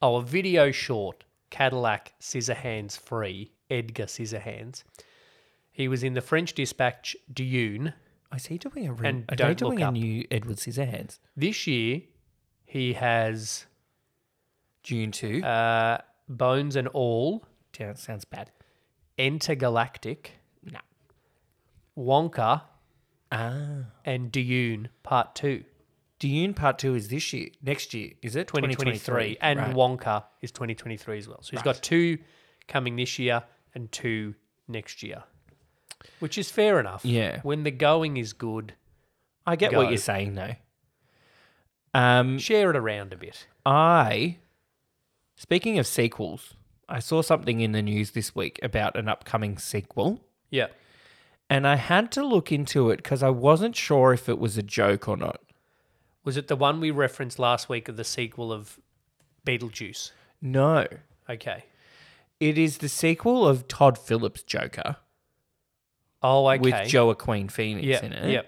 Oh, a video short, Cadillac Scissorhands Free, Edgar Scissorhands. He was in the French Dispatch Dune. Is he doing a re- And are they Don't Look doing a Up. new Edward Scissorhands? This year, he has June two. uh, Bones and All, Yeah, it sounds bad. Intergalactic, Nah. Wonka, Ah. and Dune Part 2, Dune Part Two is this year, next year, is it? 2023. And Right. Wonka is 2023 as well. So he's got two coming this year and two next year, which is fair enough. Yeah. When the going is good, I get Go. what you're saying though. Um, share it around a bit. I, speaking of sequels, I saw something in the news this week about an upcoming sequel, Yeah. and I had to look into it because I wasn't sure if it was a joke or not. Was it the one we referenced last week of the sequel of Beetlejuice? No, Okay. it is the sequel of Todd Phillips' Joker Oh, okay. with Joaquin Phoenix yeah, in it. yeah.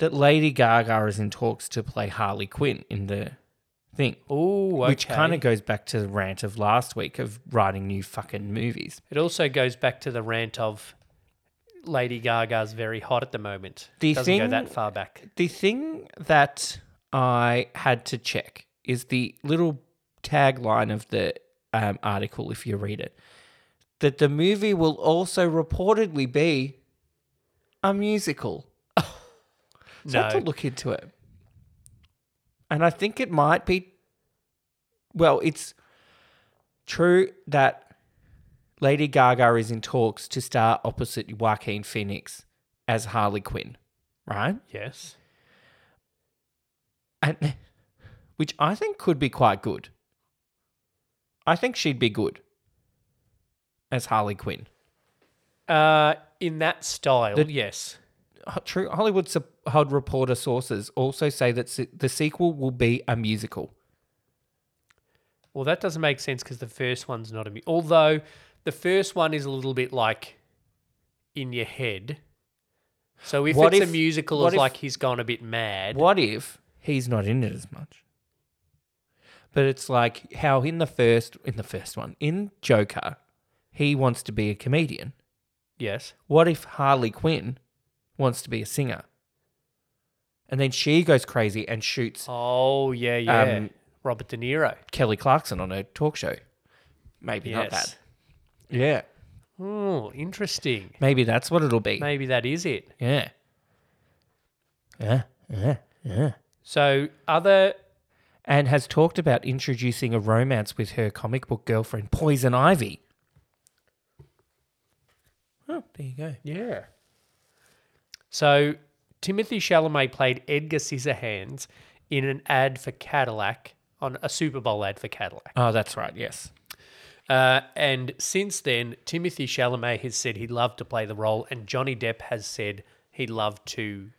That Lady Gaga is in talks to play Harley Quinn in the thing. Oh, Which kind of goes back to the rant of last week of writing new fucking movies. It also goes back to the rant of Lady Gaga's very hot at the moment. The Doesn't go thing- that far back. The thing that I had to check is the little tagline of the um, article, if you read it, that the movie will also reportedly be a musical. <laughs> So I had to No, look into it. And I think it might be. Well, it's true that Lady Gaga is in talks to star opposite Joaquin Phoenix as Harley Quinn, right? yes, And <laughs> which I think could be quite good. I think she'd be good as Harley Quinn. uh, in that style, yes. Ho- True Hollywood sup- HUD reporter sources also say that se- the sequel will be a musical. Well, that doesn't make sense because the first one's not a mu- although the first one is a little bit like in your head. So if What it's if- a musical, what it's if- like he's gone a bit mad. What if he's not in it as much? But it's like how in the first in the first one in Joker, he wants to be a comedian. Yes. What if Harley Quinn wants to be a singer? And then she goes crazy and shoots Oh yeah, yeah. Um, Robert De Niro. Kelly Clarkson on her talk show. Maybe not Yes. that. Yeah. Oh, interesting. Maybe that's what it'll be. Maybe that is it. Yeah. Yeah. Yeah. Yeah. So other And has talked about introducing a romance with her comic book girlfriend, Poison Ivy. Oh, there you go. Yeah. So Timothy Chalamet played Edgar Scissorhands in an ad for Cadillac on a Super Bowl ad for Cadillac. Oh, that's right. Yes. Uh, and since then, Timothy Chalamet has said he'd love to play the role, and Johnny Depp has said he'd love to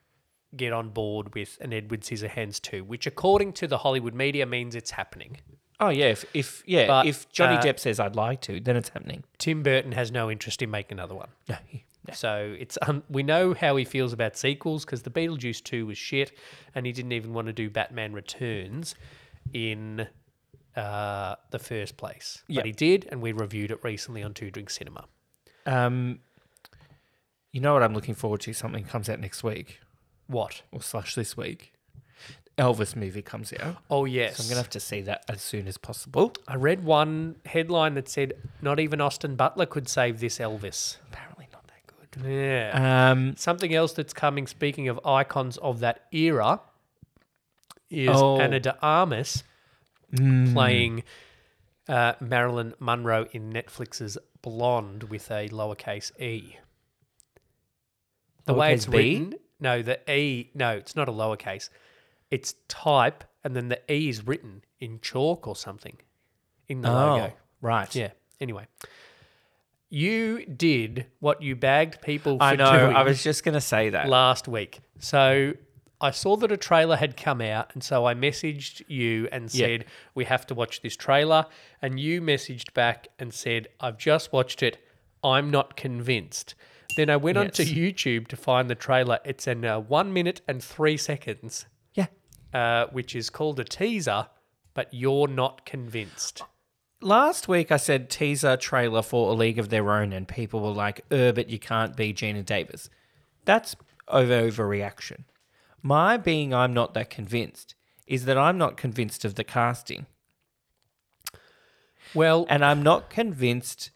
get on board with an Edward Scissorhands too, which, according to the Hollywood media, means it's happening. Oh, yeah. If, if yeah, But, if Johnny uh, Depp says I'd like to, then it's happening. Tim Burton has no interest in making another one. No. he- no. So it's un- we know how he feels about sequels because the Beetlejuice two was shit, and he didn't even want to do Batman Returns in uh, the first place. Yep. But he did, and we reviewed it recently on Two Drink Cinema. Um, you know what I'm looking forward to? Something comes out next week. What? or slash this week, Elvis movie comes out. Oh yes, So I'm gonna have to see that as soon as possible. I read one headline that said not even Austin Butler could save this Elvis. Apparently not that good. Yeah. Um, Something else that's coming. Speaking of icons of that era, is Oh. Hmm. Anna de Armas playing uh, Marilyn Monroe in Netflix's Blonde with a lowercase e. The way it's Lowercase b? written, no, the e, no, it's not a lowercase. It's type, and then the e is written in chalk or something in the logo. oh, right. Yeah. Anyway, you did what you bagged people. For I know. Doing I was just gonna say that. last week. So I saw that a trailer had come out, and so I messaged you and Yeah. said, We have to watch this trailer. And you messaged back and said, I've just watched it. I'm not convinced. Then I went onto Yes. YouTube to find the trailer. It's in uh, one minute and three seconds, yeah. uh, which is called a teaser, but you're not convinced. Last week I said teaser trailer for A League of Their Own, and people were like, "Er, but you can't be Gina Davis." That's over overreaction. My being, I'm not that convinced. Is that I'm not convinced of the casting. Well, and I'm not convinced.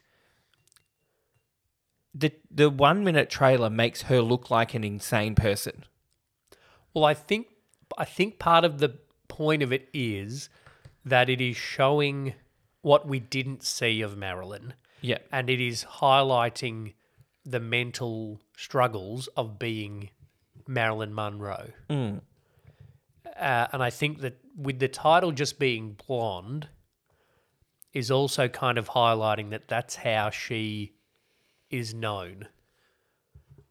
The the one minute trailer makes her look like an insane person. Well, I think I think part of the point of it is that it is showing what we didn't see of Marilyn, Yeah, and it is highlighting the mental struggles of being Marilyn Monroe. Uh, and I think that with the title just being blonde, is also kind of highlighting that that's how she is known.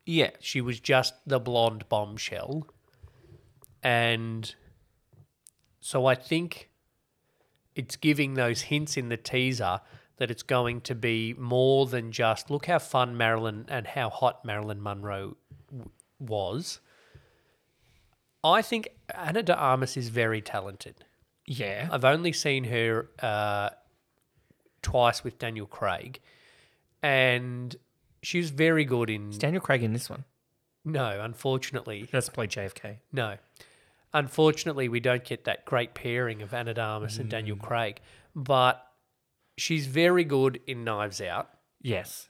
yeah, She was just the blonde bombshell. And so I think it's giving those hints in the teaser that it's going to be more than just look how fun Marilyn and how hot Marilyn Monroe w- was. I think Anna de Armas is very talented. yeah. I've only seen her uh, twice with Daniel Craig, and she was very good in. Is Daniel Craig in this one? No, unfortunately, Let's play JFK. no. Unfortunately, we don't get that great pairing of Anna de Armas and Daniel Craig, but she's very good in Knives Out, Yes.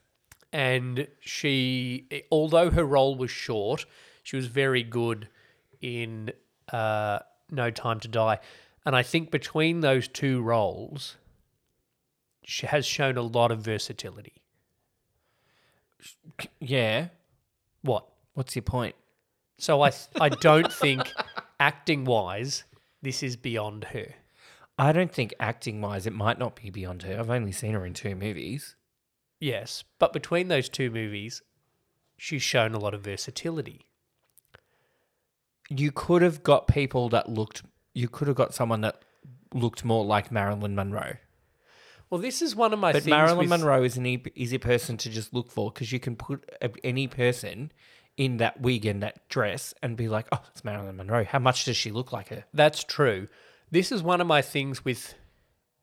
and she, although her role was short, she was very good in uh, No Time to Die, and I think between those two roles, she has shown a lot of versatility. Yeah. What? What's your point? So I, I don't think, acting wise, this is beyond her. I don't think acting wise, it might not be beyond her. I've only seen her in two movies. Yes, but between those two movies, she's shown a lot of versatility. You could have got people that looked. You could have got someone that looked more like Marilyn Monroe. Well, this is one of my But things. Marilyn with- Monroe is an e- easy person to just look for because you can put a- any person in that wig and that dress and be like, oh, it's Marilyn Monroe. How much does she look like her? That's true. This is one of my things with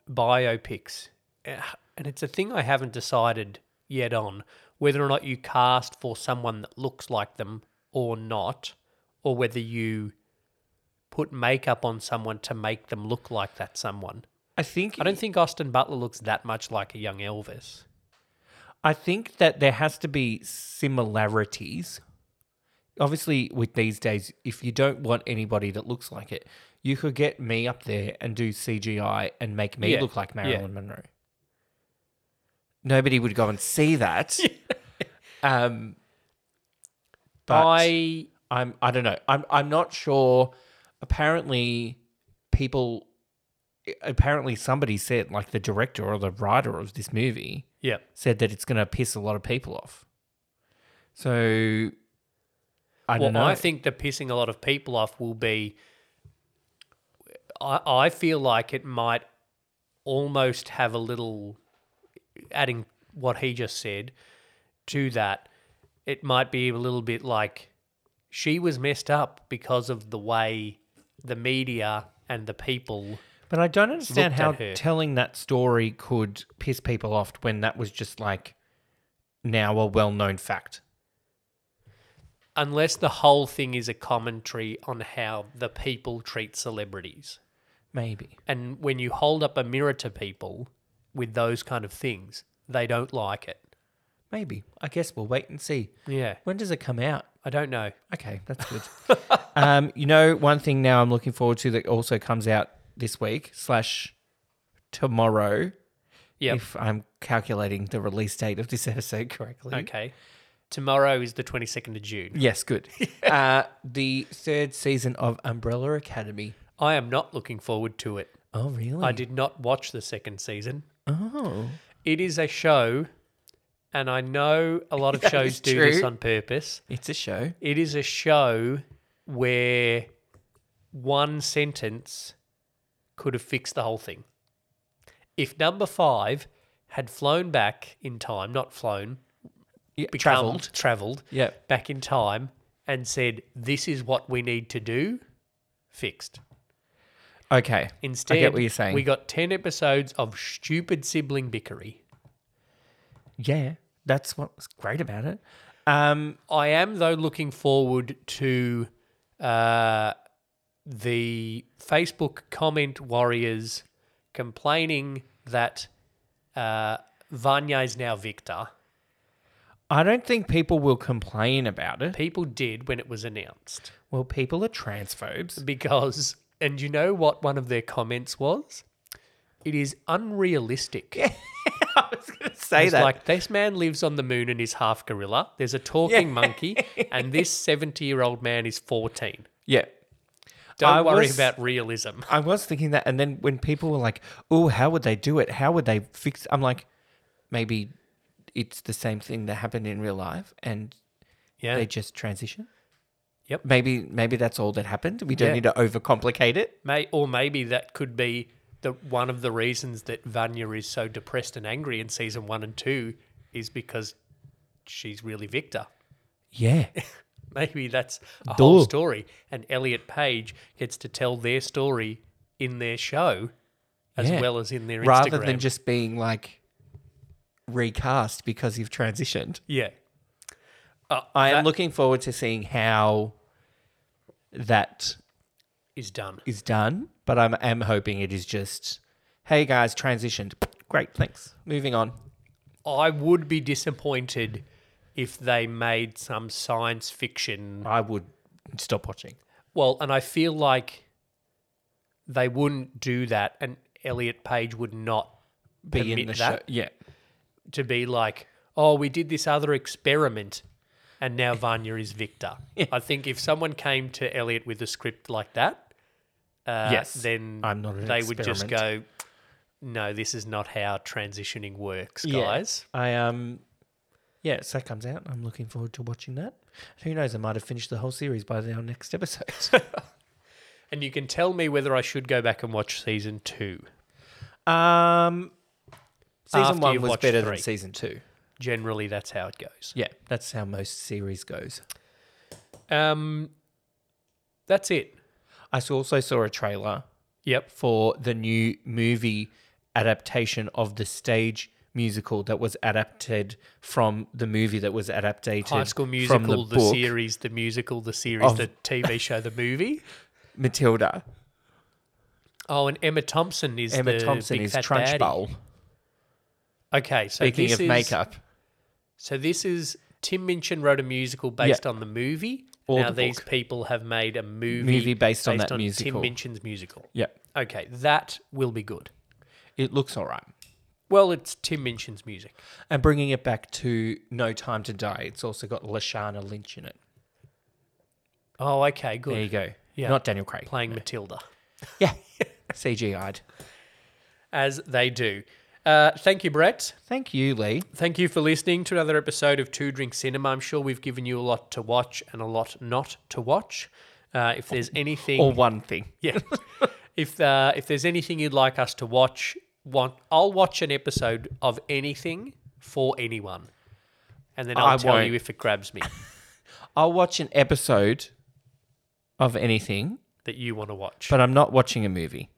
biopics, eh, and it's a thing I haven't decided yet on whether or not you cast for someone that looks like them or not, or whether you put makeup on someone to make them look like that someone. I think I don't think Austin Butler looks that much like a young Elvis. I think that there has to be similarities. Obviously, with these days, if you don't want anybody that looks like it, you could get me up there and do CGI and make me Yeah, look like yeah. Marilyn Monroe. Nobody would go and <laughs> see that. um, but I I'm I don't know. I'm I'm not sure. Apparently, people. Apparently, somebody said like the director or the writer of this movie yeah. said that it's going to piss a lot of people off. So I Well, don't know. I think the pissing a lot of people off will be. I, I feel like it might almost have a little, adding what he just said to that, it might be a little bit like she was messed up because of the way the media and the people. but I don't understand looked how at her. telling that story could piss people off when that was just like now a well-known fact. Unless the whole thing is a commentary on how the people treat celebrities. Maybe. And when you hold up a mirror to people with those kind of things, they don't like it. Maybe. I guess we'll wait and see. Yeah. When does it come out? I don't know. Okay, that's good. <laughs> um, you know, one thing now I'm looking forward to that also comes out this week slash tomorrow, Yeah. if I'm calculating the release date of this episode correctly. Okay. Tomorrow is the 22nd of June. Yes, <laughs> good. uh, the third season of Umbrella Academy. I am not looking forward to it. Oh, really? I did not watch the second season. Oh, It is a show, and I know a lot of <laughs> That shows is do this true. on purpose. it's a show. It is a show where one sentence could have fixed the whole thing. If number five had flown back in time, not flown, Yeah, become- Traveled. traveled, Yeah. back in time and said, "This is what we need to do," fixed. Okay. Instead, I get what you're saying. we got ten episodes of stupid sibling bickery. yeah, that's what's great about it. Um, I am though looking forward to uh, the Facebook comment warriors complaining that Uh, Vanya is now Victor. I don't think people will complain about it. People did when it was announced Well, people are transphobes. because, and you know what one of their comments was? It is unrealistic. I was going to <laughs> say It's like this man lives on the moon and is half gorilla. There's a talking monkey, and <laughs> this 70 year old man is 14. yeah. Don't I worry was- about realism. I was thinking that, and then when people were like, "Oh, how would they do it? How would they fix?" I'm like, maybe it's the same thing that happened in real life, and Yeah. they just transition. Yep. Maybe maybe that's all that happened. We don't Yeah. need to overcomplicate it. May or maybe that could be the one of the reasons that Vanya is so depressed and angry in season one and two is because she's really Victor. <laughs> <laughs> Yeah. Maybe that's a whole Duh. story, and Elliot Page gets to tell their story in their show as Yeah. well as in their Rather Instagram. than just being like recast because you've transitioned. yeah, Uh, I am looking forward to seeing how that is done. is done, but I'm am hoping it is just, hey guys, transitioned. Great, thanks. Moving on. I would be disappointed if they made some science fiction. I would stop watching. Well, and I feel like they wouldn't do that, and Elliot Page would not Be in Permit the show. that? Yeah. to be like, "Oh, we did this other experiment, and <laughs> now Vanya is Victor." I think if someone came to Elliot with a script like that, uh, Yes. then I'm not an they would just go, experiment. "No, this is not how transitioning works, Yeah. guys." I um yeah, so that comes out. I'm looking forward to watching that. Who knows? I might have finished the whole series by our <laughs> next episode. And you can tell me whether I should go back and watch season two. um, season After one you've was watched better three. than season two. Generally, that's how it goes. Yeah, that's how most series goes. Um, that's it. I s- also saw a trailer Yep. for the new movie adaptation of the stage musical that was adapted from the movie that was adapted High School from Musical, the, the, book series, the musical, the series, Of- the TV show, the movie. Matilda. Oh, and Emma Thompson is Emma the Thompson big is fat Trunchbull. baddie. Okay, so Speaking this of is- makeup, so this is Tim Minchin wrote a musical based on the movie. Or now the these book. people have made a movie, Movie based on that Tim musical. Minchin's musical. yeah, Okay, that will be good. it looks all right. Well, it's Tim Minchin's music. And bringing it back to No Time to Die, it's also got Lashana Lynch in it. Oh, okay, good. There you go. Yeah. Not Daniel Craig. Playing Matilda. Yeah. <laughs> CGI'd. as they do. Uh, thank you, Brett. Thank you, Lee. Thank you for listening to another episode of Two Drink Cinema. I'm sure we've given you a lot to watch and a lot not to watch. Uh, if there's anything, Or one thing. yeah, <laughs> if uh, if there's anything you'd like us to watch, want I'll watch an episode of anything for anyone, and then I'll I tell won't. you if it grabs me I'll watch an episode of anything, that you want to watch. but I'm not watching a movie.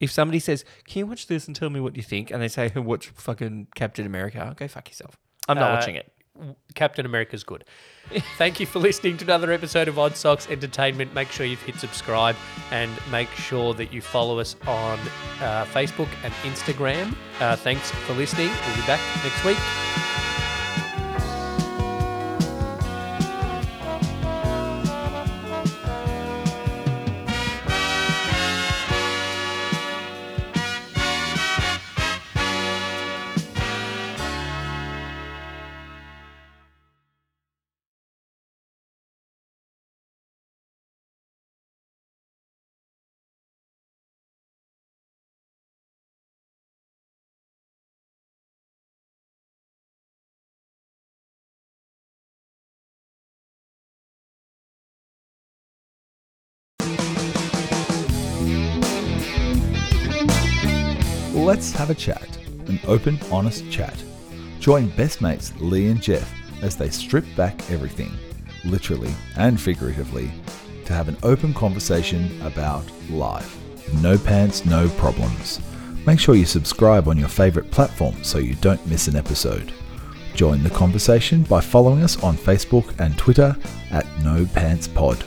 If somebody says, Can you watch this and tell me what you think? And they say, <laughs> "Hey, Watch fucking Captain America, go fuck yourself. I'm not Uh, watching it. Captain America's good. Thank you for listening to another episode of Odd Socks Entertainment. Make sure you've hit subscribe and make sure that you follow us on uh, Facebook and Instagram. Uh, thanks for listening. We'll be back next week. Let's have a chat. An open, honest chat. Join best mates Lee and Jeff as they strip back everything, literally and figuratively, to have an open conversation about life. No pants, no problems. Make sure you subscribe on your favourite platform so you don't miss an episode. Join the conversation by following us on Facebook and Twitter at No Pants Pod.